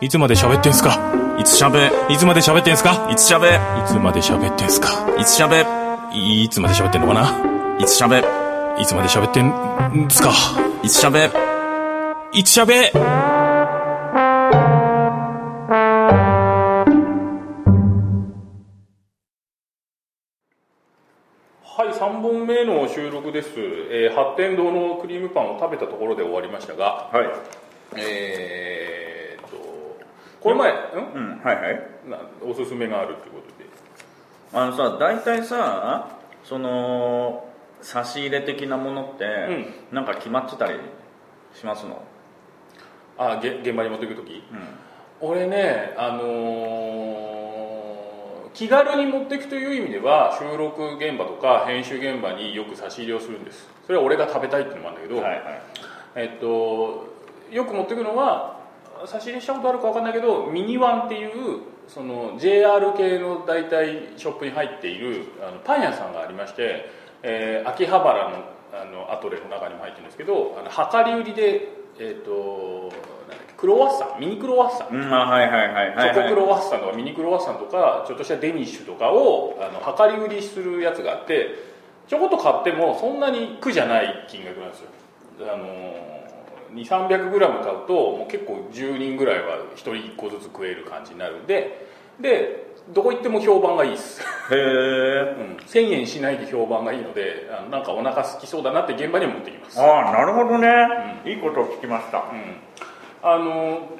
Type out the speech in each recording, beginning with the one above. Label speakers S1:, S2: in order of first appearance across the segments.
S1: いつまで喋ってんすか
S2: いつしゃべ、
S1: いつまで喋ってんすか
S2: いつしゃべ、
S1: いつまで喋ってんすか
S2: いつしゃべ、
S1: いいつまで喋ってんのかない
S2: つしゃべ、
S1: いつまで喋ってんんすか
S2: いつしゃべ、
S1: いつ喋
S3: はい、3本目の収録です、えー八天堂のクリームパンを食べたところで終わりましたが、
S2: はい。
S3: えーっと、この前、ん
S2: うん、はいはい。
S3: なおすすめがあるってことで、
S2: あのさ、大体さ、その、差し入れ的なものって、なんか決まってたりしますの
S3: あげ現場に持ってくるとき、俺ね、あのー気軽に持っていくという意味では収録現場とか編集現場によく差し入れをするんですそれは俺が食べたいっていうのもあるんだけど、
S2: はいはい。
S3: えっと、よく持ってくのは差し入れしたことあるか分かんないけどミニワンっていうその JR 系の大体ショップに入っているあのパン屋さんがありまして、えー秋葉原のあのアトレの中にも入ってるんですけどあの量り売りで、えっとなんだっけクロワッサンミニクロワッサン、
S2: うん、あ、はいはいはいはい、はい。
S3: チョコクロワッサンとかミニクロワッサンとかちょっとしたデニッシュとかをあの量り売りするやつがあってちょこっと買ってもそんなに苦じゃない金額なんですよあの2 3 0 0ム買うともう結構10人ぐらいは1人1個ずつ食える感じになるんででどこ行っても評判がいいです、
S2: へ
S3: う
S2: え。
S3: ん、1000円しないで評判がいいのであのなんかお腹空きそうだなって現場にも持ってきます
S2: ああ、なるほどね、いいことを聞きました。
S3: あの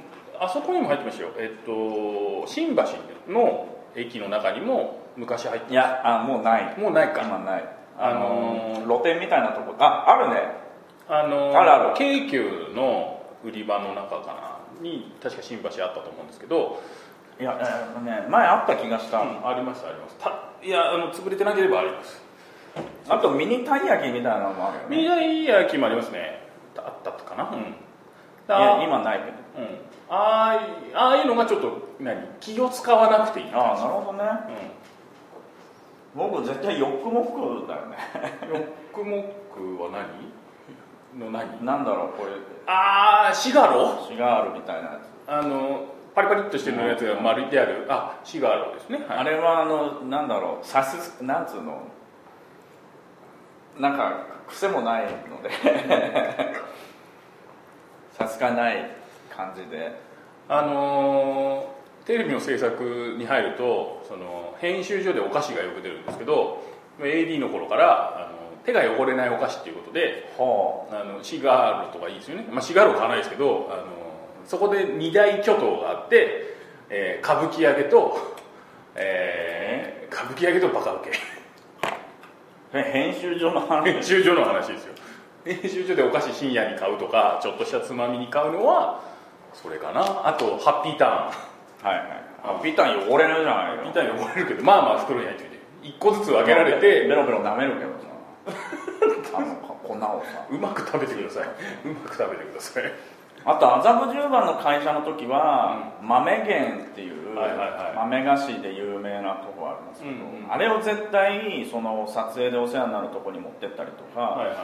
S3: あそこにも入ってましたよ、えっと、新橋の駅の中にも昔入って
S2: いや、あ、もうない。
S3: もうないか
S2: 今ない。
S3: あ
S2: あ
S3: の
S2: の露店みたいなとこ、あ、あるね。
S3: あの
S2: あるある
S3: 京急の売り場の中かなに確か新橋あったと思うんですけど、
S2: いや、えーとね、前あった気がした。
S3: ありましたありますたいやあの潰れてなければあります
S2: あとミニたい焼きみたいなのもあるよね
S3: 未来焼きもありますねあったかなうん
S2: いや今ないけど
S3: うん、あーいああいうのがちょっと何気を使わなくていい
S2: ああなるほどね
S3: うん
S2: 僕絶対ヨックモックだよね
S3: ヨックモックは何の何
S2: なんだろうこれ
S3: ああシガロ
S2: シガールみたいなやつ、
S3: あのパリパリっとしてるやつが丸いてあるあシガロですね、
S2: あれはあのなんだろうさすなんつうのなんか癖もないのでさすがない感じで
S3: あのーテレビの制作に入るとその編集所でお菓子がよく出るんですけど AD の頃からあの手が汚れないお菓子っていうことで
S2: ほ
S3: あのシガールとかいいですよね、まあ、シガールは買わないですけど、あのそこで二大巨頭があって、えー歌舞伎揚げと、えー歌舞伎揚げとバカウケ
S2: うへ編集所の話
S3: 編集所の話ですよ編集所でお菓子深夜に買うとかちょっとしたつまみに買うのはそれかなあとハッピーターン
S2: はいはいあビタン汚れるじゃないよ
S3: みたいに思われるけどまあまあ袋に入ってて1個ずつ分けられて
S2: ベロベロ舐めるけどさあの粉をさ
S3: うまく食べてくださいうまく食べてください
S2: あと麻布十番の会社の時は、豆源っていう、
S3: はいはいはい
S2: 豆菓子で有名なとこありますけど、
S3: うんうん
S2: あれを絶対その撮影でお世話になるとこに持ってったりとか、
S3: はいはい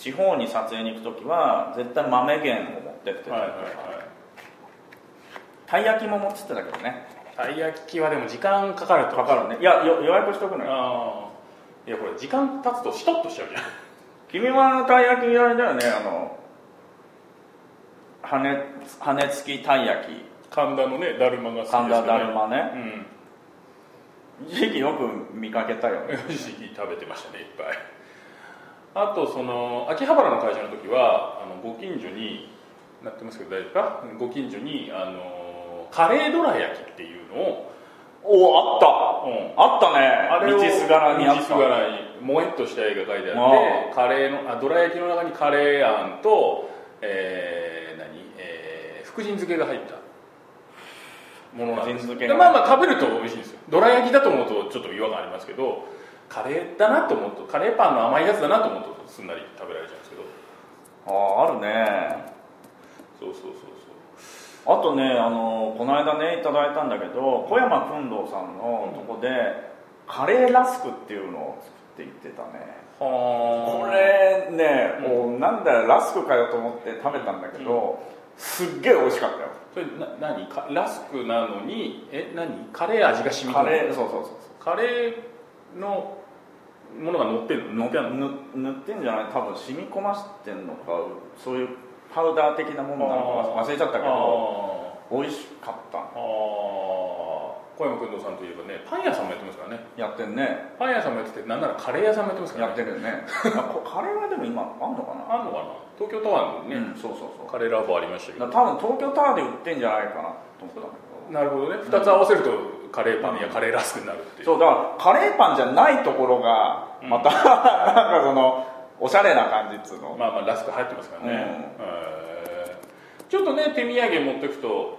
S2: 地方に撮影に行く時は絶対豆源を持ってってたりとか、
S3: はいは
S2: たい焼きも持ってってたけどね
S3: いたい焼きはでも時間かかると
S2: かかるねいやよ予約しとくのよ
S3: ああいやこれ時間経つとしとっとしちゃうじゃん
S2: 君はあのたい焼きあれだよねあの羽根羽根付きたい焼き
S3: 神田のねだるまが好きです
S2: 神田だるま
S3: う
S2: ね
S3: ん
S2: 一時期よく見かけたよ
S3: 不
S2: ね
S3: 思議食べてましたねいっぱいあとその秋葉原の会社の時はあのご近所になってますけど大丈夫かご近所にあのカレーどら焼きっていうのを、
S2: おあった
S3: うん
S2: あったね
S3: あれを
S2: 道すがらにあった
S3: 道すがらにもえっとした絵が描いてあっ
S2: あ
S3: てカレーのあどら焼きの中にカレーあんとえー、何えー福神漬けが入ったものなんです
S2: 福神漬け
S3: で
S2: が
S3: まあまあ食べると美味しいんですよどら焼きだと思うとちょっと違和感ありますけどカレーだなと思うとカレーパンの甘いやつだなと思うとすんなり食べられちゃうんですけど
S2: あああるね
S3: そうそうそう
S2: あとねあのこの間ねいただいたんだけど小山君堂さんのとこで、カレーラスクっていうのを作って言ってたね
S3: そうは
S2: これね、もうなんだよラスクかよと思って食べたんだけど、すっげえ美味しかったよ
S3: それな何かラスクなのにえ何カレー味が染み込
S2: カ
S3: んで
S2: レー
S3: る
S2: そうそうそう
S3: カレーのものが乗ってるの乗ってあるの
S2: ぬ塗ってんじゃない多分染み込ませてんのかそういうパウダー的なものなのか忘れちゃったけど
S3: あ
S2: 美味しかった
S3: ーあー小山君堂さんといえばねパン屋さんもやってますからね
S2: やってんね
S3: パン屋さんもやっててなんならカレー屋さんもやってますから
S2: やっ
S3: ね
S2: てるよね あこカレーはでも今あんのかな
S3: あんのかな東京タワーにね、
S2: うんそうそうそう
S3: カレーラボありましたけ
S2: だ
S3: ど
S2: から多分東京タワーで売ってんじゃないかなと思ったんだけ
S3: なるほどね2つ合わせるとカレーパンやカレーラスクになるってい
S2: ど
S3: う
S2: そうだからカレーパンじゃないところがまた、 なんかそのおしゃれな感じっつうの
S3: まあまあラスク入ってますからね、
S2: うん
S3: えーちょっとね手土産持ってくと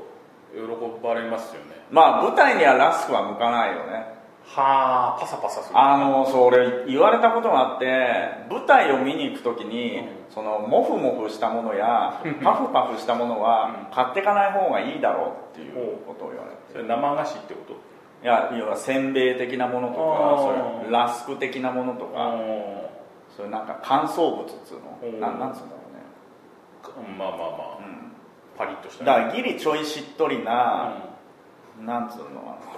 S3: 喜ばれますよね
S2: まあ舞台にはラスクは向かないよね
S3: はあパサパサする
S2: あのそれ言われたことがあって舞台を見に行く時に、そのモフモフしたもの やパフパフしたものは買ってかない方がいいだろうっていうことを言われ
S3: そ
S2: て
S3: れ生菓子ってこと
S2: いや要はせんべい的なものと
S3: あー
S2: かそういうラスク的なものと
S3: あ
S2: かそういうなんか乾燥物っつ
S3: お
S2: う
S3: ー
S2: のなんなんつうんだろうね
S3: まあまあまあ、
S2: う
S3: パリッとした
S2: ん、
S3: ね
S2: だからギリちょいしっとりな、
S3: う
S2: なんつうの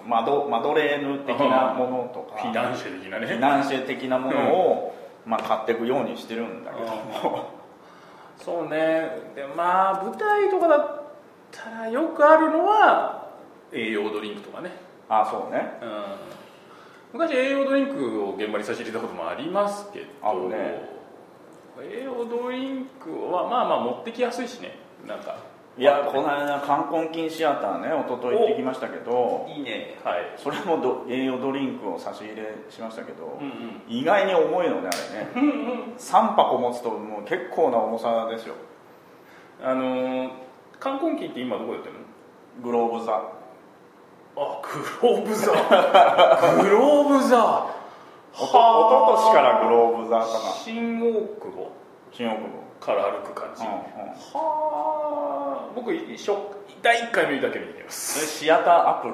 S2: マドマドレーヌ的なものとか
S3: んフィナンシェ的な
S2: フィ
S3: ね
S2: ナンシェ的なものを、まあ、買っていくようにしてるんだけども
S3: そうねでまあ舞台とかだったらよくあるのは栄養ドリンクとかね、
S2: あそうね
S3: うん、昔栄養ドリンクを現場に差し入れたこともありますけど
S2: あるね
S3: 栄養ドリンクはまあまあ持ってきやすいしねなんか
S2: いやこの間冠婚金シアターね一昨日行ってきましたけど
S3: いいねはい
S2: それもど栄養ドリンクを差し入れしましたけど、
S3: うんうん
S2: 意外に重いのねあれね3箱持つともう結構な重さですよ
S3: あのー冠婚金って今どこやってるの
S2: グローブ座
S3: あグローブ座グローブ座は
S2: おとおととしからグローブ座かな
S3: 新大久保
S2: 新大久
S3: から歩く感じ、は
S2: 保、うんうん
S3: あ僕一緒第1回目だけ見てきます、
S2: それシアターアップル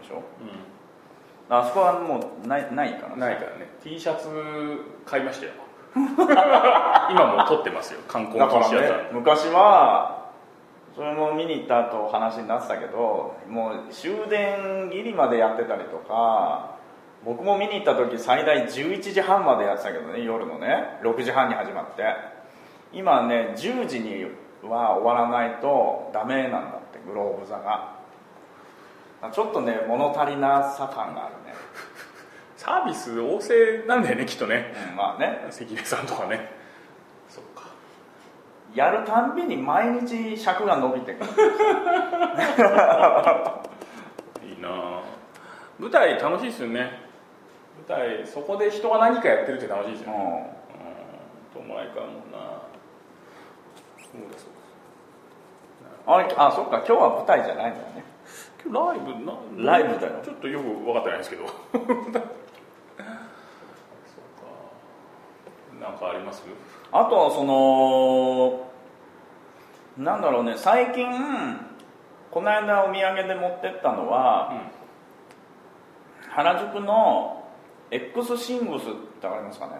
S2: でしょ、あそこはもうないないから
S3: ないからね T シャツ買いま したよ今もう撮ってますよ観光
S2: だか
S3: T シャツ
S2: らね昔はそれも見に行った後話になってたけどもう終電ギリまでやってたりとか僕も見に行った時最大11時半までやってたけどね夜のね6時半に始まって今ね10時には終わらないとダメなんだってグローブ座がちょっとね物足りなさ感があるね、
S3: サービス旺盛なんだよねきっとね
S2: うんまあね
S3: 関根さんとかねそっか
S2: やるたんびに毎日尺が伸びてくる
S3: いいなあ舞台楽しいですよね舞台そこで人が何かやってるって楽しいですよね
S2: う
S3: うん友達かもなそうだそうん
S2: あれあそっか今日は舞台じゃないんだよね
S3: だ今日ライブな
S2: ライブだよ
S3: ちょっとよく分かってないんですけどそうかなんかあります
S2: あとはそのなんだろうね最近この間お土産で持ってったのは原宿の X シングスってわかりますかね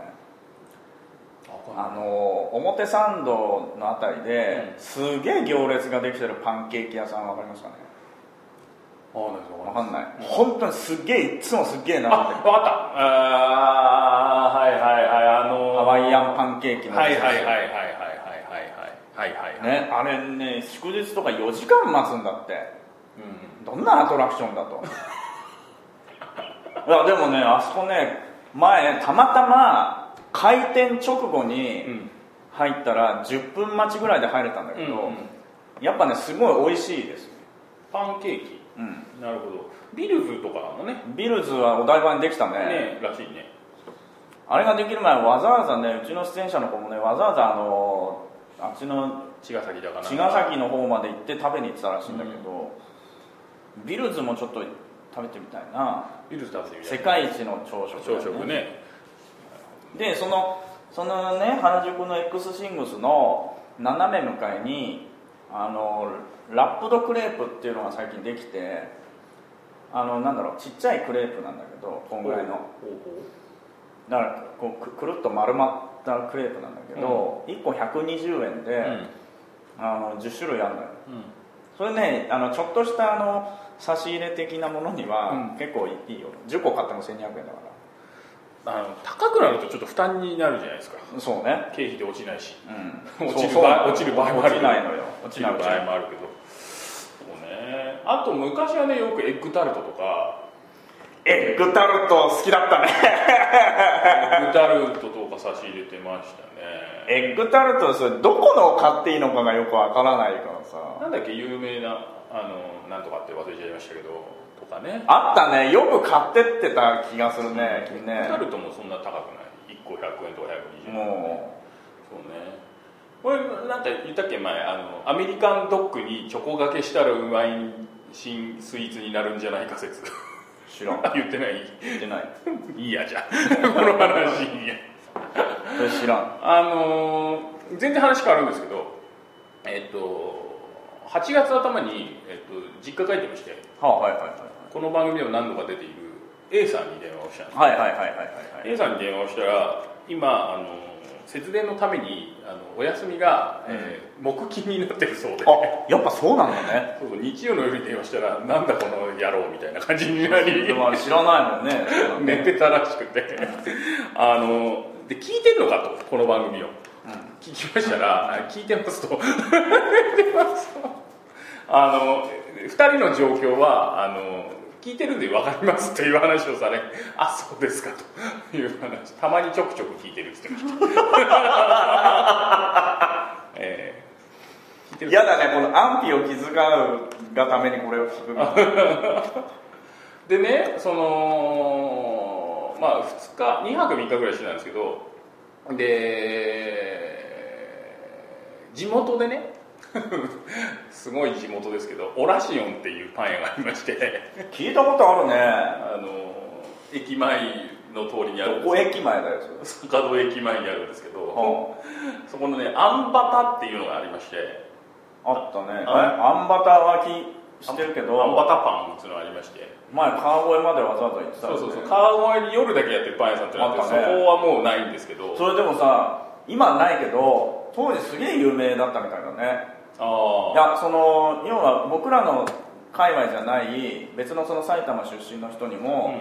S2: あの表参道のあたりで
S3: う
S2: すげえ行列ができてるパンケーキ屋さんわかりますかね
S3: あわかんない
S2: わかんない本当にすっげえいつもすっげえ
S3: あ
S2: な
S3: わかったあーはいはいはいあのー
S2: ハワイアンパンケーキの
S3: はいはいはいはいはいはいはいはいはいはい
S2: ね、あれね祝日とか4時間待つんだって
S3: うん
S2: どんなアトラクションだと いやでもねあそこね前たまたま開店直後に入ったら10分待ちぐらいで入れたんだけど、
S3: うんうん
S2: やっぱねすごい美味しいです、
S3: パンケーキ
S2: うん、
S3: なるほどビルズとかもね
S2: ビルズはお台場にできたね
S3: ねらしいね
S2: あれができる前わざわざねうちの出演者の子もねわざわざあのあっちの
S3: 茅ヶ崎だから
S2: 茅ヶ崎の方まで行って食べに行ってたらしいんだけど、ビルズもちょっと食べてみたいな
S3: ビルズ食べてみたい
S2: 世界一の朝食だよ
S3: 朝食ね
S2: でそのそのね原宿の X シングスの斜め向かいにあのラップドクレープっていうのが最近できてあのなんだろうちっちゃいクレープなんだけどこんぐらいの
S3: ほうほ
S2: だからこうくくるっと丸まったクレープなんだけど、1個120円で、
S3: ううん
S2: あの10種類あるのよ
S3: うん
S2: それねあのちょっとしたあの差し入れ的なものには
S3: うん
S2: 結構いいよ10個買っても1200円だか
S3: あの高くなるとちょっと負担になるじゃないですから
S2: そうね
S3: 経費で落ちないし
S2: うん
S3: 落ちる
S2: そうそう
S3: 場合落ちる場合もある
S2: 落ちないのよ
S3: 落ちる場合もあるけどそうねあと昔はねよくエッグタルトとか
S2: エッグタルト好きだったね
S3: エッグタルトとか差し入れてましたね
S2: エッグタルトそれどこのを買っていいのかがよくわからないからさ
S3: なんだっけ有名なあのなんとかって忘れちゃいましたけどとかね
S2: あったねよく買ってってた気がするね君
S3: エッ
S2: ね
S3: グタルトもそんな高くない1個100円とか120円
S2: も
S3: そうねこれなんか言ったっけ前あのアメリカンドッグにチョコがけしたらうまい新スイーツになるんじゃないか説
S2: う知らん
S3: あ言ってない
S2: 言ってない
S3: いいやじゃあこの話いいや
S2: それ知らん
S3: あのー全然話変わるんですけどえっと8月頭に、えっと、実家帰ってまして
S2: はあはいはいは
S3: この番組でも何度か出ている A さんに電話をしたんです、
S2: いはいはいはいはいはいはい
S3: A さんに電話をしたら今あの節電のためにあのお休みが、えー木金になってるそうで
S2: あやっぱそうなんだね
S3: そうそう日曜の夜に電話したらなんだこの野郎みたいな感じになり
S2: でもあれ知らないもん ねそうだね
S3: 寝てたらしくてあので聞いてんのかとこの番組を、聞きましたらあ聞いてますと 聞いてますとあの2人の状況はあの聞いてるんで分かりますという話をされあそうですかという話たまにちょくちょく聞いてるって言ってました、えー聞いてる
S2: 嫌だねこの安否を気遣うがためにこれを聞くみたいな
S3: でねそのまあ2日2泊3日ぐらいしてたんですけどで地元でね すごい地元ですけどオラシオンっていうパン屋がありまして
S2: 聞いたことあるね
S3: あの駅前の通りにあるん
S2: ど
S3: で
S2: こ
S3: す
S2: 駅前だよそれ
S3: 坂戸駅前にあるんですけど
S2: は
S3: そこのねあんバタっていうのがありまして
S2: ああったねえ
S3: あ
S2: あんバターはきしてるけ
S3: あんバ
S2: ど
S3: タパンっていうのがありまして
S2: 前川越までわざわざ行ってた
S3: そう
S2: よね
S3: そうそう川越に夜だけやってるパン屋さんってのがあって
S2: あ
S3: そ
S2: ったね
S3: こはもうないんですけど
S2: それでもさ今ないけど当時すげえ有名だったみたいだね
S3: あ
S2: い
S3: あ
S2: やその要は僕らの界隈じゃない別のその埼玉出身の人にも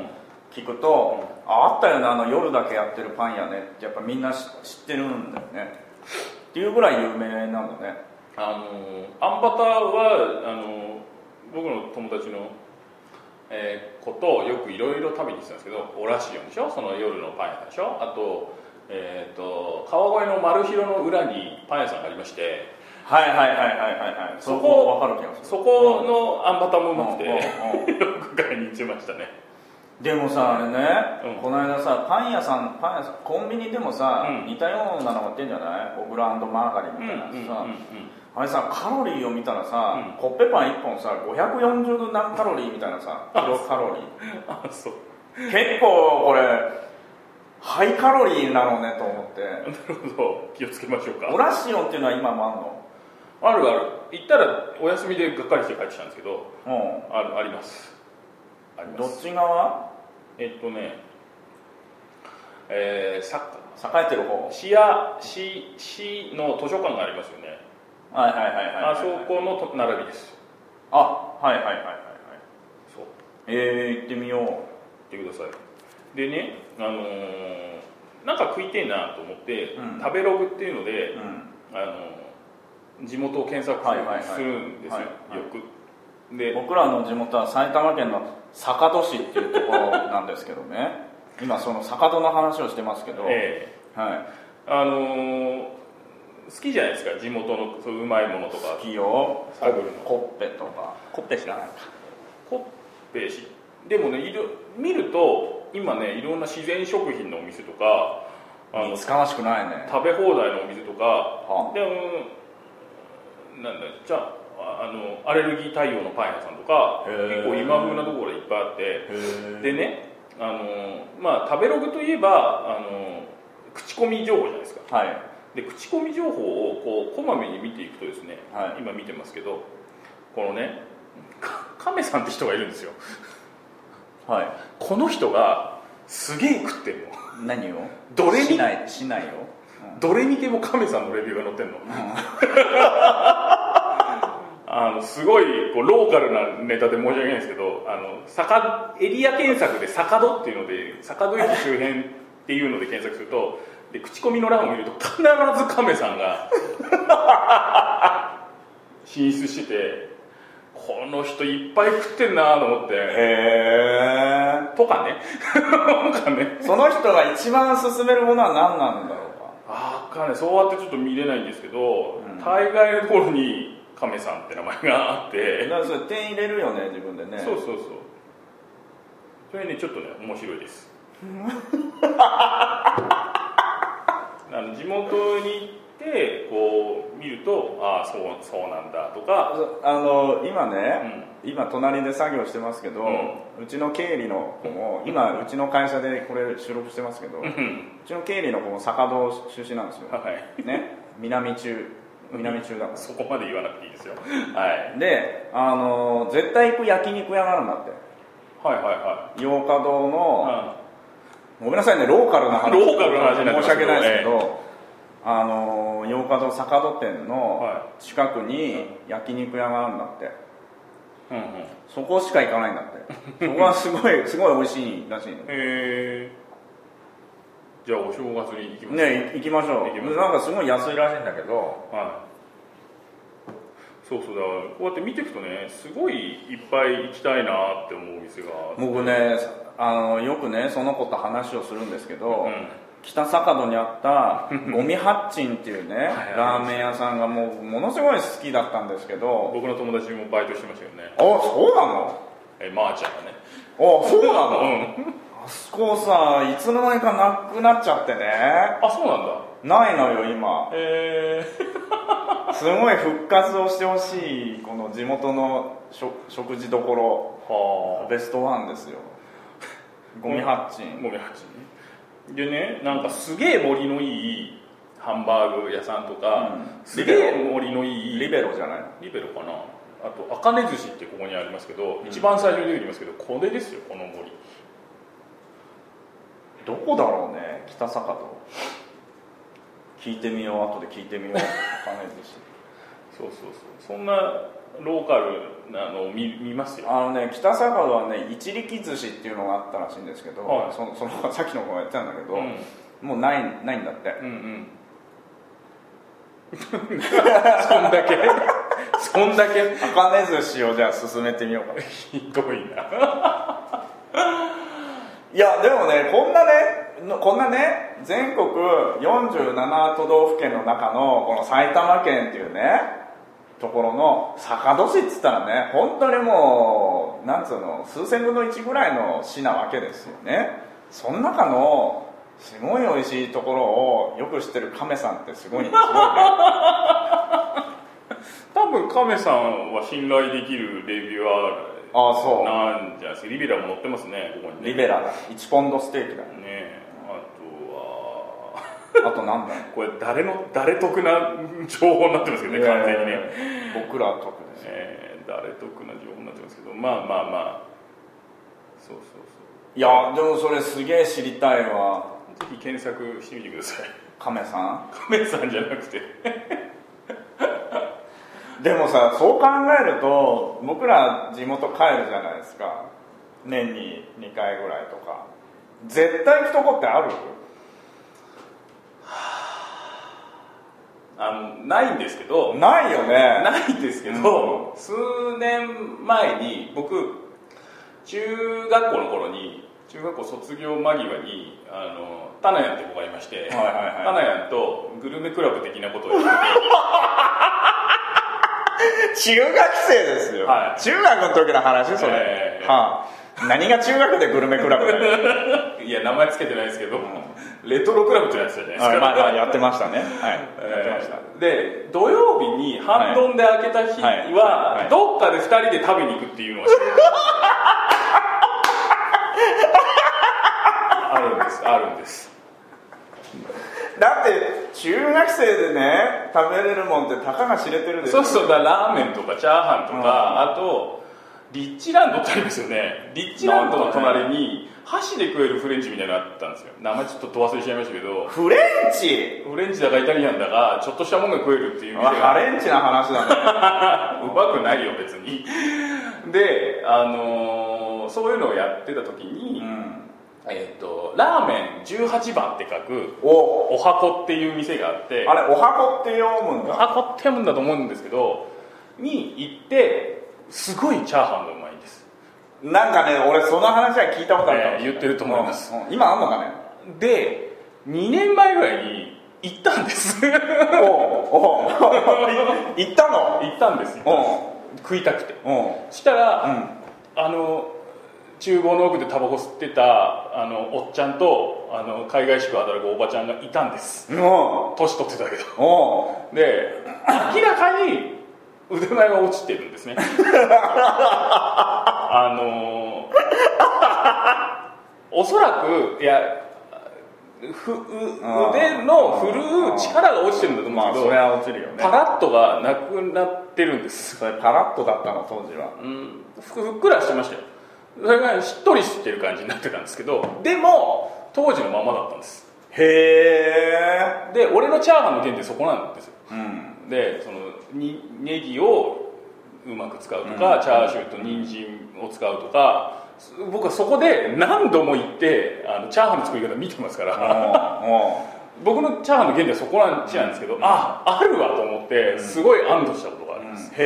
S2: 聞くと、ああったよねあの夜だけやってるパン屋ねってやっぱみんなし知ってるんだよねっていうぐらい有名なんだね
S3: あのアンバターはあの僕の友達の、えーことをよくいろいろ食べに行ってたんですけどオラシオンでしょその夜のパン屋でしょあと,、えー、と川越の丸広の裏にパン屋さんがありまして
S2: はいはいはいはいはいはい
S3: そこ
S2: そこ分かる気がする
S3: そこのアンバターもうまくて、
S2: うんうんうん
S3: よく買いに行ってましたね
S2: でもさあれね、
S3: うん
S2: この間さパン屋さんパン屋さんコンビニでもさ、
S3: うん
S2: 似たようなの売ってんじゃないオブランドマーガリンみ
S3: うんうん
S2: た
S3: う
S2: い
S3: ん
S2: なさ、
S3: うん
S2: あれさカロリーを見たらさ、
S3: うん
S2: コッペパン1本さ540何カロリーみたいなさキロカロリー
S3: あそう
S2: 結構これハイカロリーなのねと思って
S3: なるほど気をつけましょうか
S2: オラシオンっていうのは今も
S3: あるある行ったらお休みでがっかりして帰ってきたんですけど
S2: あんの
S3: あるありますあり
S2: うん
S3: ま
S2: ど
S3: す
S2: っち側
S3: えっとね、えー、サッカー
S2: 栄えてる方
S3: 市や市市の図書館がありますよね、
S2: はいはいはいはいはい
S3: あそこのと並びです
S2: あはいはいはいはいはい
S3: そう
S2: えー、行ってみよう
S3: 言ってくださいでねあのーなんか食いてえなと思って、
S2: うん
S3: 食べログっていうので、
S2: うん
S3: あのー地元を検索する,、
S2: はいはいはい
S3: するんですよ、
S2: はいはい
S3: よくで
S2: 僕らの地元は埼玉県の坂戸市っていうところなんですけど ね今その坂戸の話をしてますけど、
S3: え
S2: はい
S3: えあのー好きじゃないですか地元のそういううまいものとか
S2: 企業
S3: サークルの
S2: コッペとかコッペ知らないか
S3: コッペしでもねいろ見ると今ねいろんな自然食品のお店とかあの
S2: 見つかましくないね
S3: 食べ放題のお店とか
S2: は
S3: でうんなんだじゃああのアレルギー対応のパン屋さんとか
S2: へー
S3: 結構今風なところがいっぱいあって
S2: へ
S3: でねあのまあ食べログといえばあの口コミ情報じゃないですか
S2: はい
S3: で口コミ情報をこうこまめに見ていくとですね、
S2: はい
S3: 今見てますけどこのねか亀さんって人がいるんですよ
S2: はい
S3: この人がすげえ食ってんの
S2: 何を
S3: どれに
S2: しないしないよ
S3: どれにでも亀さんのレビューが載ってんの、 あのすごいこうローカルなネタで申し訳ないんですけどあの坂エリア検索で坂戸っていうので坂戸駅周辺っていうので検索するとで口コミの欄を見ると必ず亀さんが 進出しててこの人いっぱい食ってんなと思って
S2: へえ
S3: とかね とかね
S2: その人が一番勧めるものは何なんだろうか
S3: あーかねそうやってちょっと見れないんですけど、
S2: うん
S3: 大概のところに亀さんって名前があって
S2: だからそれ点入れるよね自分でね
S3: そうそうそうそれねちょっとね面白いです あの地元に行ってこう見るとああそうそうなんだとか、
S2: あの今
S3: う
S2: ね、
S3: ん、
S2: 今隣で作業してますけど、
S3: う
S2: うんちの経理の子も今うちの会社でこれ収録してますけど、う
S3: うん
S2: ちの経理の子も坂戸出身なんですよ
S3: はい
S2: ね南中南中だか
S3: そこまで言わなくていいですよ、はい、
S2: らであの絶対行く焼肉屋があるんだって
S3: はいはいは
S2: 洋華堂
S3: い、
S2: の、
S3: うん
S2: ごめんなさいねローカルな話
S3: ローカルな話になってま
S2: 申
S3: す
S2: し訳ないですけど、あの洋華堂坂戸店の
S3: は
S2: 近くに焼肉屋があるんだって
S3: うんうん、へ
S2: そこしか行かないんだってそこはすご いすごい美味しいらしいの
S3: えじゃあお正月に行きます
S2: ねい行きましょ
S3: 行きましょ
S2: う
S3: う
S2: なんかすごい安いらしいんだけど
S3: はい、そうそうだからこうやって見ていくとねすごいいっぱい行きたいなって思うお店が
S2: 僕ねあのよくねその子と話をするんですけど、
S3: うん
S2: 北坂戸にあったゴミハッチンっていうね
S3: いはい
S2: ラーメン屋さんがもうものすごい好きだったんですけど
S3: 僕の友達もバイトしてましたよね
S2: あそうなの
S3: えまー、ちゃんがね
S2: あそうなの
S3: うん
S2: あそこさいつの間にかなくなっちゃってね
S3: あそうなんだ
S2: ないのよ今
S3: え
S2: すごい復活をしてほしいこの地元の食食事どころ
S3: ー、は
S2: ベストワンですよゴミハッチ
S3: あ
S2: ン
S3: もみはちねでねなんかすげえ森のいいハンバーグ屋さんとか、
S2: うん
S3: すげえ森のいい
S2: リベロじゃないの
S3: リベロかなあとあかね寿司ってここにありますけど、一番最初に出てきますけどこれですよこの森
S2: どこだろうね北坂戸聞いてみよう後で聞いてみようわかんないですし
S3: そうそうそうそんなローカルなのを見見ますよ
S2: あのね北坂戸はね一力寿司っていうのがあったらしいんですけど、
S3: はい
S2: その そのさっきの子がやってたんだけど、
S3: うん
S2: もうないないんだって
S3: うんうんそん だけそんだけ
S2: あかね寿司をじゃあ進めてみようか
S3: ひどい ない
S2: やでもねこんなねのこんなね全国47都道府県の中のこの埼玉県っていうねところの坂戸市っつったらね本当にもうなんつうの数千分の1ぐらいの市なわけですよねその中のすごい美味しいところをよく知ってる亀さんってすごいすご いね
S3: 多分亀さんは信頼できるレビュア
S2: ああ
S3: ー
S2: そう
S3: なんじゃないですかリベラも載ってますねここにね
S2: リベラだ1ポンドステーキだ
S3: ねえあとは
S2: あとなんだろう
S3: これ誰の誰得な情報になってますけどね完全にね
S2: 僕ら特ですよ
S3: えー、誰得な情報になってますけどまあまあまあそうそうそ
S2: いやでもそれすげえ知りたいわ
S3: うぜひ検索してみてください
S2: 亀さん
S3: 亀さんじゃなくて
S2: でもさそう考えると僕ら地元帰るじゃないですか年に2回ぐらいとか絶対一言ってある
S3: あのないんですけど
S2: ないよね
S3: ないんですけど、数年前に僕中学校の頃に中学校卒業間際にあのタナヤンって子がいまして、
S2: はいはいはい
S3: タナヤンとグルメクラブ的なことをやって
S2: 中学生ですよ、
S3: はい
S2: 中学の時の話それ、
S3: ええ
S2: はあ、何が中学でグルメクラブ だよ
S3: ていや名前つけてないですけど、レトロクラブってやつじゃないですか、
S2: はいまあまあやってましたねはいやってました、
S3: えーで土曜日に半ドンで開けた日は、
S2: はいはいはい
S3: どっかで2人で食べに行くっていうのが あるんですあるんです
S2: だって中学生でね食べれるもんってたかが知れてるでし
S3: そ
S2: ょ
S3: うするとラーメンとかチャーハンとか、あとリッチランドってありますよねリッチランドの隣に箸で食えるフレンチみたいなのあったんですよ名前ちょっとど忘れしちゃいましたけど
S2: フレンチ
S3: フレンチだかイタリアンだかちょっとしたもんが食えるっていう店
S2: あ
S3: が
S2: ハレンチな話だね
S3: うまくないよ別にであのーそういうのをやってた時に、
S2: うん
S3: えっとラーメン18番って書く
S2: お
S3: おはこっていう店があって
S2: あれお箱って読むん
S3: お
S2: だ
S3: はこって読むんだと思うんですけどに行ってすごいチャーハンがうまいんです
S2: なんかね俺その話は聞いたことあるかもしれない、
S3: ええ言ってると思います
S2: うんうん今あんのかね
S3: で2年前ぐらいに行ったんです 行
S2: おうおうい行ったの
S3: ったんですよ
S2: う
S3: 食いたくて
S2: んうん
S3: したら、
S2: うん
S3: あの厨房の奥でタバコ吸ってたあのおっちゃんとあの海外宿働くおばちゃんがいたんです
S2: おう
S3: 年取ってたけど
S2: おう
S3: で明らかに腕前が落ちてるんですね あのおそらくいやふう
S2: あー
S3: 腕の振るう力が落ちてるんだと思
S2: ま
S3: う
S2: あ
S3: んですけ
S2: それ
S3: ど、
S2: は落ちるよね
S3: パラッとがなくなってるんです
S2: それパラッとだったの当時は
S3: うんふふっくらしてましたよそれがしっとりしてる感じになってたんですけどでも当時のままだったんです
S2: へえ
S3: で俺のチャーハンの原点そこなんですよ
S2: うん
S3: でそのにネギをうまく使うとか、
S2: うん
S3: チャーシューと人参を使うとかす僕はそこで何度も行ってあのチャーハンの作り方見てますから、
S2: おう
S3: 僕のチャーハンの原点はそこなんちなんですけど、ああるわと思ってすごい安堵したことがあります、
S2: へ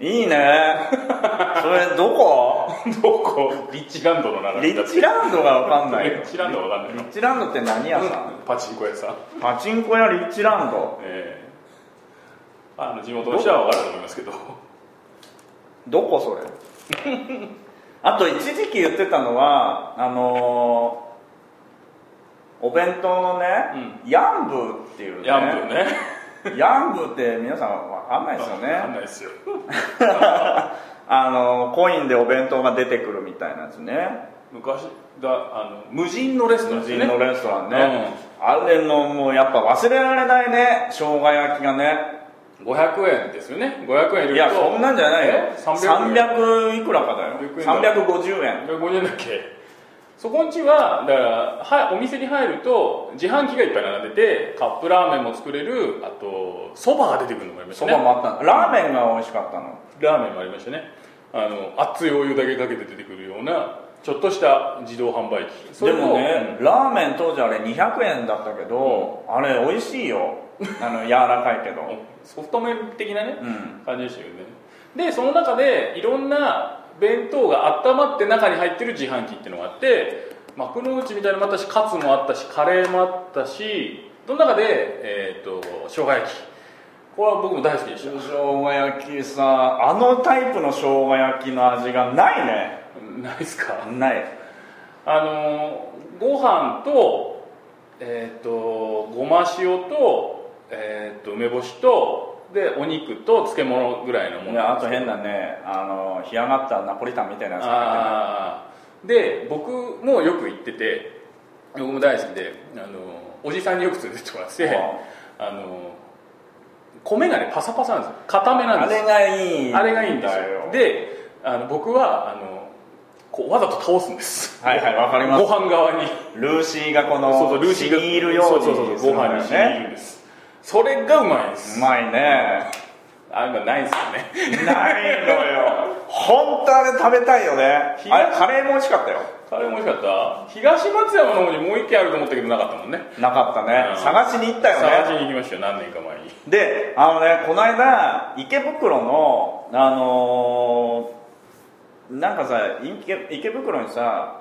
S2: えいい ねそれどこ
S3: どこリッチランドの中
S2: リ
S3: に
S2: ッチランドがわかんない
S3: リ
S2: よ
S3: ッチランドわかんない
S2: リ
S3: よ
S2: ッチランドって何屋さん
S3: パチンコ屋さん、
S2: パチンコ屋リッチランド
S3: ええあの地元の人は分かると思いますけど
S2: どこそれ あと一時期言ってたのはあのーお弁当のね、ヤンブーっていうね
S3: ヤンブーね
S2: ヤンブーって皆さんわかんないですよ
S3: わかん
S2: ね
S3: ないですよ
S2: あのーコインでお弁当が出てくるみたいなやつね
S3: 昔だあの無人のレストラン
S2: 無
S3: ですね
S2: 人のレストランね、あれのもうやっぱ忘れられないね生姜焼きがね
S3: 500円ですよね500円入れると
S2: いやそんなんじゃないよ
S3: え300
S2: 300いくらかだよ
S3: 300円だ
S2: 350円
S3: 5円だっけそこんちはだからはお店に入ると自販機がいっぱい並んでてカップラーメンも作れるあとそばが出てくるのもありまし
S2: そ
S3: た
S2: ば
S3: ね
S2: もあったんだラーメンが美味しかったの
S3: ラーメンもありましたねあの熱いお湯だけかけて出てくるようなちょっとした自動販売機そ
S2: で
S3: れも
S2: もね、ラーメン当時あれ200円だったけど、あれ美味しいよあの柔らか いけ
S3: うん
S2: ど
S3: ソフト麺的なね
S2: うん
S3: 感じでしたよねでその中でいろんな弁当が温まって中に入ってる自販機っていうのがあって幕の内みたいなのもあったしカツもあったしカレーもあったしその中で、えー、と生姜焼きこれは僕も大好きでした、
S2: 生姜焼きさあのタイプの生姜焼きの味がないね
S3: ないですか
S2: ない
S3: あのーご飯とえっ、とごま塩とえっ、と梅干しとでお肉と漬物ぐらいのもの
S2: いやあと変なねあの干上がったナポリタンみたいなやつが
S3: ああで僕もよく行ってて僕も大好きであのおじさんによく連れてってもらってあの米がねパサパサなんですよ固めなん
S2: 入
S3: で
S2: って
S3: す
S2: る
S3: よ
S2: あれが
S3: あれが
S2: いい
S3: いいんです
S2: だ
S3: よであの僕はあのこうわざと倒すんです
S2: はいはいわかります
S3: ご飯側に
S2: ルーシーがこの
S3: そうそうルーシーが
S2: 染み入るように
S3: そうそうそうご飯に
S2: す
S3: 染み
S2: るの
S3: 入
S2: ね
S3: るんですそれがうまいんです
S2: うまいね
S3: あ今ないんですよね
S2: ないのよ本当あれ食べたいよねあれカレーも美味しかったよ
S3: あれも美味しかった東松山の方にもう一軒あると思ったけどなかったもんね
S2: なかったね、
S3: うん
S2: 探しに行ったよね
S3: 探しに行きましたよ何年か前に
S2: であのねこの間池袋のあのーなんかさ池池袋にさ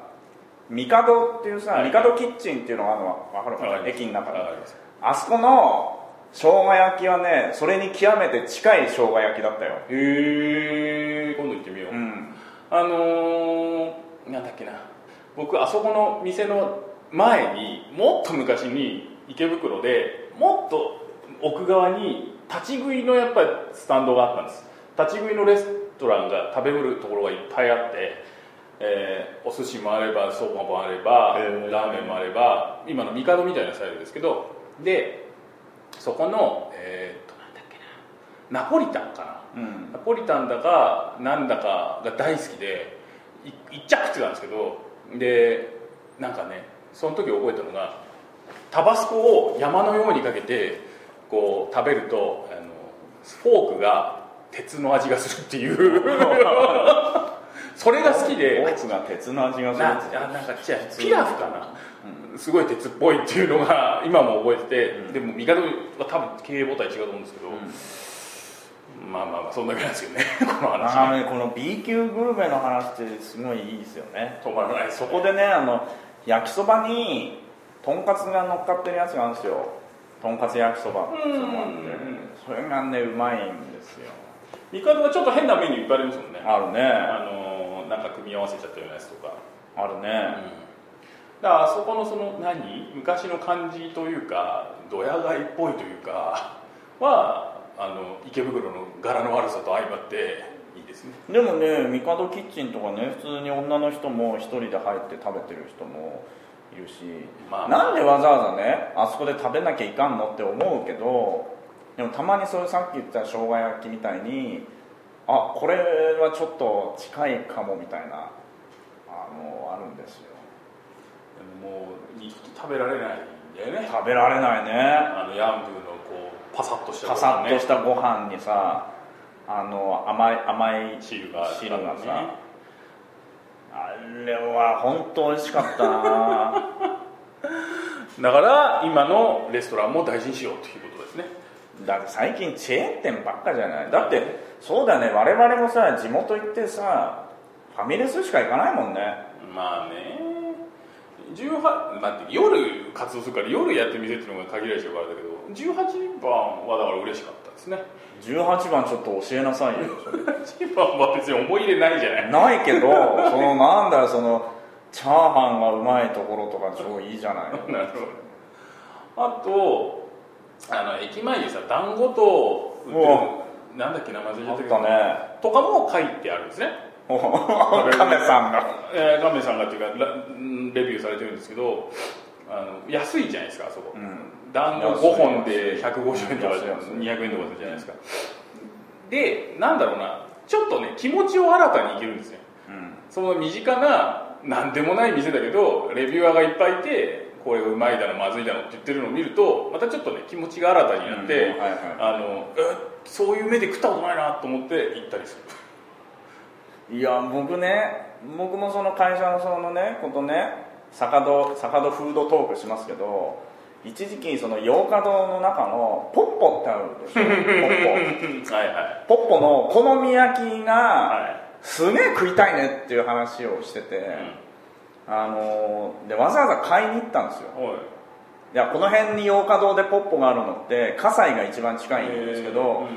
S2: ミカドっていうさ、
S3: はい
S2: ミカドキッチンっていうのがあるの分かるかな、駅の中で
S3: わかります
S2: あそこの生姜焼きはねそれに極めて近い生姜焼きだったよ
S3: へえ今度行ってみよう、
S2: うん
S3: あのー、なんだっけな僕あそこの店の前にもっと昔に池袋でもっと奥側に立ち食いのやっぱりスタンドがあったんです立ち食いのレストランが食べるところがいっぱいあって、えーお寿司もあればそばもあれば、
S2: へえ
S3: ラーメンもあれば今のミカドみたいなスタイルですけどでそこのえーっとなんだっけなナポリタンかな
S2: うん
S3: ナポリタンだかなんだかが大好きでい一着口なんですけどでなんかねその時覚えたのがタバスコを山のようにかけてこう食べるとあのフォークが鉄の味がするっていうそれが好きで
S2: フォークが鉄の味がする
S3: なあなんか違うピラフかな、すごい鉄っぽいっていうの が今も覚えてて、
S2: うん
S3: でも味方は多分経営母体違うと思うんですけど、まあまあまあそんなぐらいですよね この
S2: あ
S3: 話
S2: のねこの B 級グルメの話ってすごいいいですよね
S3: 止まらないそ
S2: そこでねあの焼きそばにとんかつが乗っかってるやつがあるんですよとんかつ焼きそばっていうのがあって
S3: うんうんうん
S2: それがねうまいんですよ
S3: 味方はちょっと変なメニューいっぱいありますもんねあ
S2: あるね
S3: のーなんか組み合わせちゃったようなやつとか、
S2: あるね、
S3: だからあそこのその何昔の感じというかドヤ街っぽいというかはあの池袋の柄の悪さと相まっていいですね
S2: でもねミカドキッチンとかね普通に女の人も一人で入って食べてる人もいるし、
S3: まあ
S2: なんでわざわざねあそこで食べなきゃいかんのって思うけどでもたまにそういうさっき言った生姜焼きみたいにあこれはちょっと近いかもみたいなあのあるんですよ
S3: もう二度と食べられないんだよね
S2: 食べられないね
S3: あのヤンブーのこうパサッとした
S2: カサッとし
S3: した
S2: ご飯にさあの甘い甘い
S3: 汁が
S2: 汁が
S3: ね
S2: さあれは本当美味しかった な
S3: だから今のレストランも大事にしようということですね
S2: だって最近チェーン店ばっかじゃないだってそうだよね我々もさ地元行ってさファミレスしか行かないもんね
S3: まあね18待って夜活動するから夜やってみせっていうのが限られちゃうからだけど18番はだから嬉しかったですね
S2: 18番ちょっと教えな さいよそれ
S3: 18番は別に思い入れないじゃない
S2: ないけどそのなんだよそのチャーハンがうまいところとか超いいじゃない
S3: なるほどあとあの駅前にさ団子と売って
S2: う
S3: るなんだっけ名前忘れちゃ
S2: あ
S3: っ
S2: った
S3: けど
S2: たね
S3: とかも書いてあるんですね
S2: おカメさんが
S3: えーガメさんがっていうかラうんレビューされてるんですけどあの安いじゃないですかあそこ、
S2: うん
S3: 団子5本で150円とか
S2: 安い安い
S3: 200円とかするじゃないですかでなんだろうなちょっとね気持ちを新たにいけるんですね
S2: うん
S3: その身近な何でもない店だけどレビュアーがいっぱいいてこれうまいだのまずいだのって言ってるのを見るとまたちょっとね気持ちが新たになって、
S2: うんはいはい
S3: あのえそういう目で食ったことないなと思って行ったりする
S2: いや僕ね僕もその会社のそのねことね坂戸坂戸フードトークしますけど一時期その洋華堂の中のポッポってあるでしょポッ
S3: はいはい
S2: ポポッポのお好み焼きが
S3: は
S2: すげえ食いたいねっていう話をしてて、
S3: い、
S2: あのーでわざわざ買いに行ったんですよ
S3: うん、おい
S2: いやこの辺に洋華堂でポッポがあるのって葛西が一番近いんですけ
S3: へー
S2: ど、
S3: うん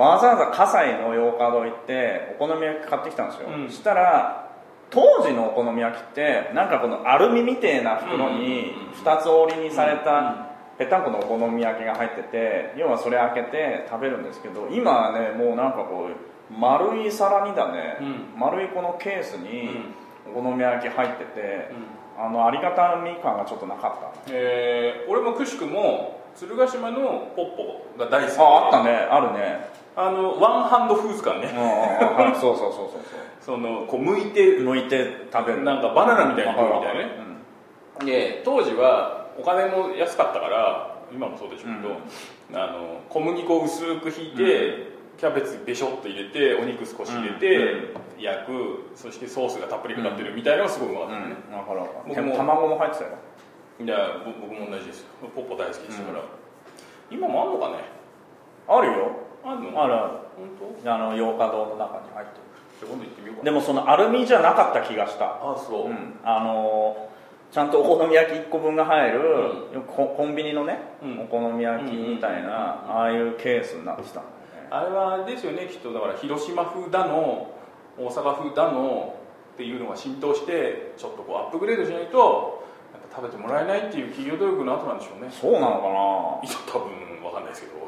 S2: わざわざ葛西の洋華堂行ってお好み焼き買ってきたんですよ、
S3: うん
S2: したら当時のお好み焼きってなんかこのアルミみてえな袋に
S3: うん
S2: 2つ折りにされ
S3: うん
S2: たぺったんこのお好み焼きが入ってて要はそれ開けて食べるんですけど今はねもうなんかこう丸い皿にだね、
S3: うん
S2: 丸いこのケースにお好み焼き入ってて、あのありがたみ感がちょっとなかった
S3: えー俺もくしくも鶴ヶ島のポッポが大好きで
S2: ああったねあるね
S3: あのワンハンドフーズ感
S2: う
S3: ね
S2: んうんうんうんそうそうそうそう そ
S3: そのこう剥いて
S2: う向いて食べる
S3: なんかバナナみたいに食うみたいなね
S2: うん
S3: で当時はお金も安かったから今もそうでしょうけど、あの小麦粉を薄くひいて、キャベツべしょっと入れてお肉少し入れて、焼くそしてソースがたっぷりかかってるみたいなのがすごいうまか
S2: う
S3: ったね、
S2: ん、だから
S3: 僕も
S2: 卵も入ってたよ
S3: いや僕僕も同じですよポッポ大好きですから、今もあんのかね
S2: あるよ
S3: あんの
S2: あるあ
S3: 本当
S2: るあの洋華堂の中に入って
S3: じゃあ今度行ってみよう
S2: る
S3: か
S2: で
S3: な
S2: もそのアルミじゃなかった気がした
S3: あそう、
S2: う
S3: うん
S2: んあのーちゃんとお好み焼き1個分が入る、ココンビニのね、
S3: うん
S2: お好み焼きみたいな、ああいうケースになってたんだ
S3: あ
S2: よね
S3: れはあれですよねきっとだから広島風だの大阪風だのっていうのが浸透してちょっとこうアップグレードしないとやっぱ食べてもらえないっていう企業努力の後なんでしょうね
S2: そうなの
S3: いや多分わかんないですけど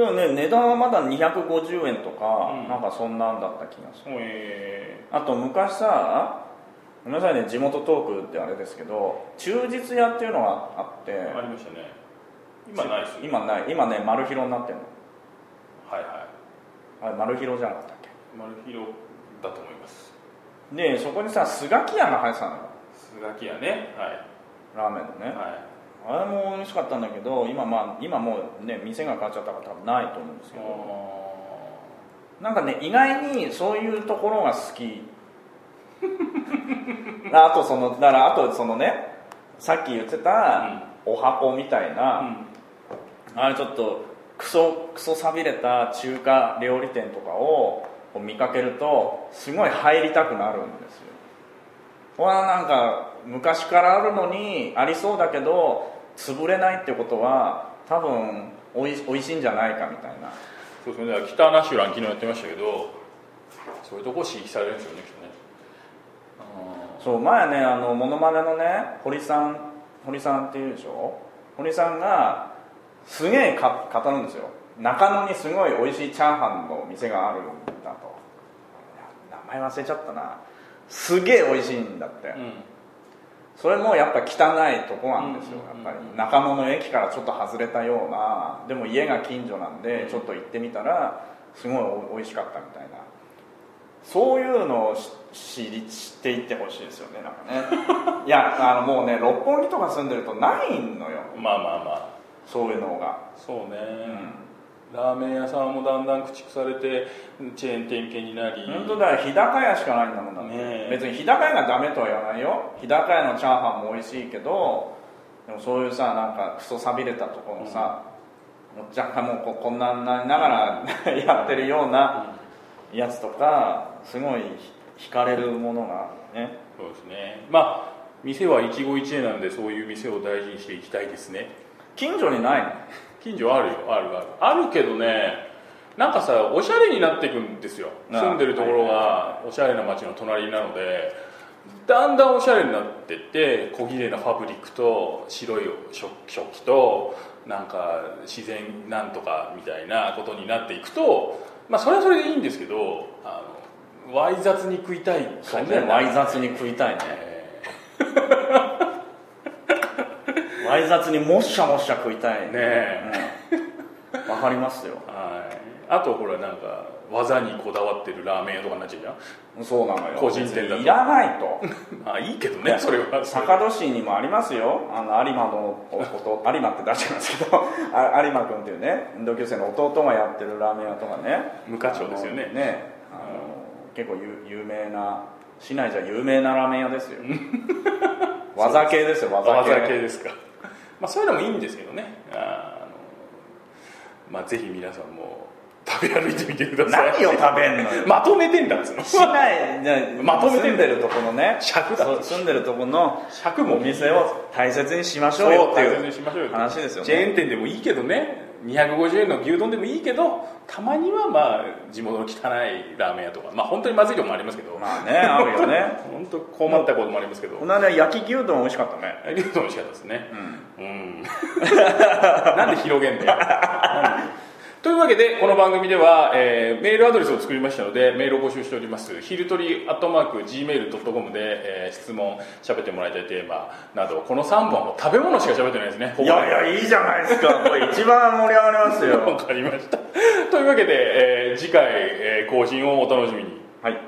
S2: かなでもね値段はまだ250円とか、
S3: うん
S2: なんかそんなんだった気がする
S3: え
S2: あと昔さごめんなさいね地元トークってあれですけど忠実屋っていうのがあって、
S3: えありましたね今ないですよ
S2: 今ない今ねマルヒロになってるの
S3: はいは
S2: あれマルヒロじゃなかったっけ
S3: マルヒロだと思います
S2: でそこにさスガキヤが入ってたのよ
S3: スガキ屋ねはい
S2: ラーメンのね
S3: は
S2: あれも美味しかったんだけど今まあ今もうね店が変わっちゃったから多分ないと思うんです
S3: い
S2: け
S3: あ
S2: どなんかね意外にそういうところが好き あとそのだからあとそのねさっき言ってたお箱みたい
S3: ー
S2: な、あれちょっとクソクソさびれた中華料理店とかをこう見かけるとすごい入りたくなるんですよこれはなんか昔からあるのにありそうだけど潰れないってことは多分おいおいしいんじゃないかみたいな
S3: そうですねだから北ナッシュラン昨日やってましたけどそういうとこ刺激されるんですよねきっとねあ
S2: そう前ねあのモノマネのね堀さん堀さんっていうでしょ堀さんがすげえか語るんですよ中野にすごい美味しいチャーハンの店があるんだといや名前忘れちゃったなすげえ美味しいんだって、
S3: ーうん
S2: それもやっぱ汚いとこなんですよ
S3: うんうんうん
S2: やっぱり中野の駅からちょっと外れたようなでも家が近所なんでちょっと行ってみたらすごいお美味しかったみたいなそういうのをし知り知っていってほしいですよねなんか ねいやあのもうね六本木とか住んでるとないのよ
S3: まあまあま
S2: そういうのが
S3: あそうね、
S2: ん
S3: ラーメン屋さんもだんだん駆逐されてチェーン店系になり
S2: 本当だよ日高屋しかないんだもんだって、
S3: ねえ
S2: 別に日高屋がダメとは言わないよ日高屋のチャーハンも美味しいけどでもそういうさなんかクソさびれたところのさ、おっちゃんがもうここんなんなりながら やってるようなやつとかすごい惹かれるものがあるよね
S3: そうですねまあ店は一期一会なんでそういう店を大事にしていきたいですね
S2: 近所にないの
S3: 近所あるよあるあるあるけどねなんかさおしゃれになっていくんですよ
S2: ああ
S3: 住んでるところがおしゃれな街の隣なのでだんだんおしゃれになってって小綺麗なファブリックと白い食食器となんか自然なんとかみたいなことになっていくとまあそれはそれでいいんですけどあのわい雑に食いたい
S2: そう
S3: 感じ
S2: ね
S3: だ
S2: わ
S3: ない
S2: 雑に食いたいね
S3: え
S2: わい雑にもっしゃもっしゃ食いたい
S3: ーねえ
S2: うんわ、かります よ
S3: はい、あとほらなんか技にこだわってるラーメン屋とかになっちゃうじゃん
S2: そうなのよ
S3: 個人店だと
S2: 別にいらないと
S3: まあいいけどねそれは
S2: 坂戸市にもありますよあの有馬の弟有馬って出してますけど あ有馬君っていうね同級生の弟がやってるラーメン屋とかね
S3: 無課長ですよね
S2: あのねあの結構有有名な市内じゃ有名なラーメン屋です よ技系ですよ技系
S3: 技系ですか まあそういうのもいいんですけどねあーあのまあぜひ皆さんも食べ歩いてみてください
S2: 何を食べんのよ
S3: まとめてんだっつうの
S2: 市内じゃ
S3: まとめて
S2: 住んでるとこのね
S3: 尺だ
S2: そう住んでるとこの
S3: 尺も
S2: お店を大切にしまし
S3: そ
S2: ょ
S3: う
S2: う
S3: よ
S2: よ
S3: っ
S2: って
S3: て
S2: いう
S3: しましょうよ
S2: 話ですよね
S3: チェーン店でもいいけどね250円の牛丼でもいいけどたまにはまあ地元の汚いラーメン屋とかまあ本当にまずいとこもありますけど
S2: まあねあるよね
S3: 本当困ったこともありますけど
S2: この間焼き牛丼美味しかったね
S3: ありがとう美味しかったですねうん、なんで広げんだよ なんでというわけでこの番組では、えーメールアドレスを作りましたのでメールを募集しておりますひるとりアットマーク Gmail.com で、えー質問しゃべってもらいたいテーマなどこの3本を食べ物しかしゃべってないですねここ
S2: いやいやいいじゃないですかこれ一番盛り上がります
S3: わ
S2: よ
S3: かりましたというわけで、えー次回、えー更新をお楽しみに
S2: はい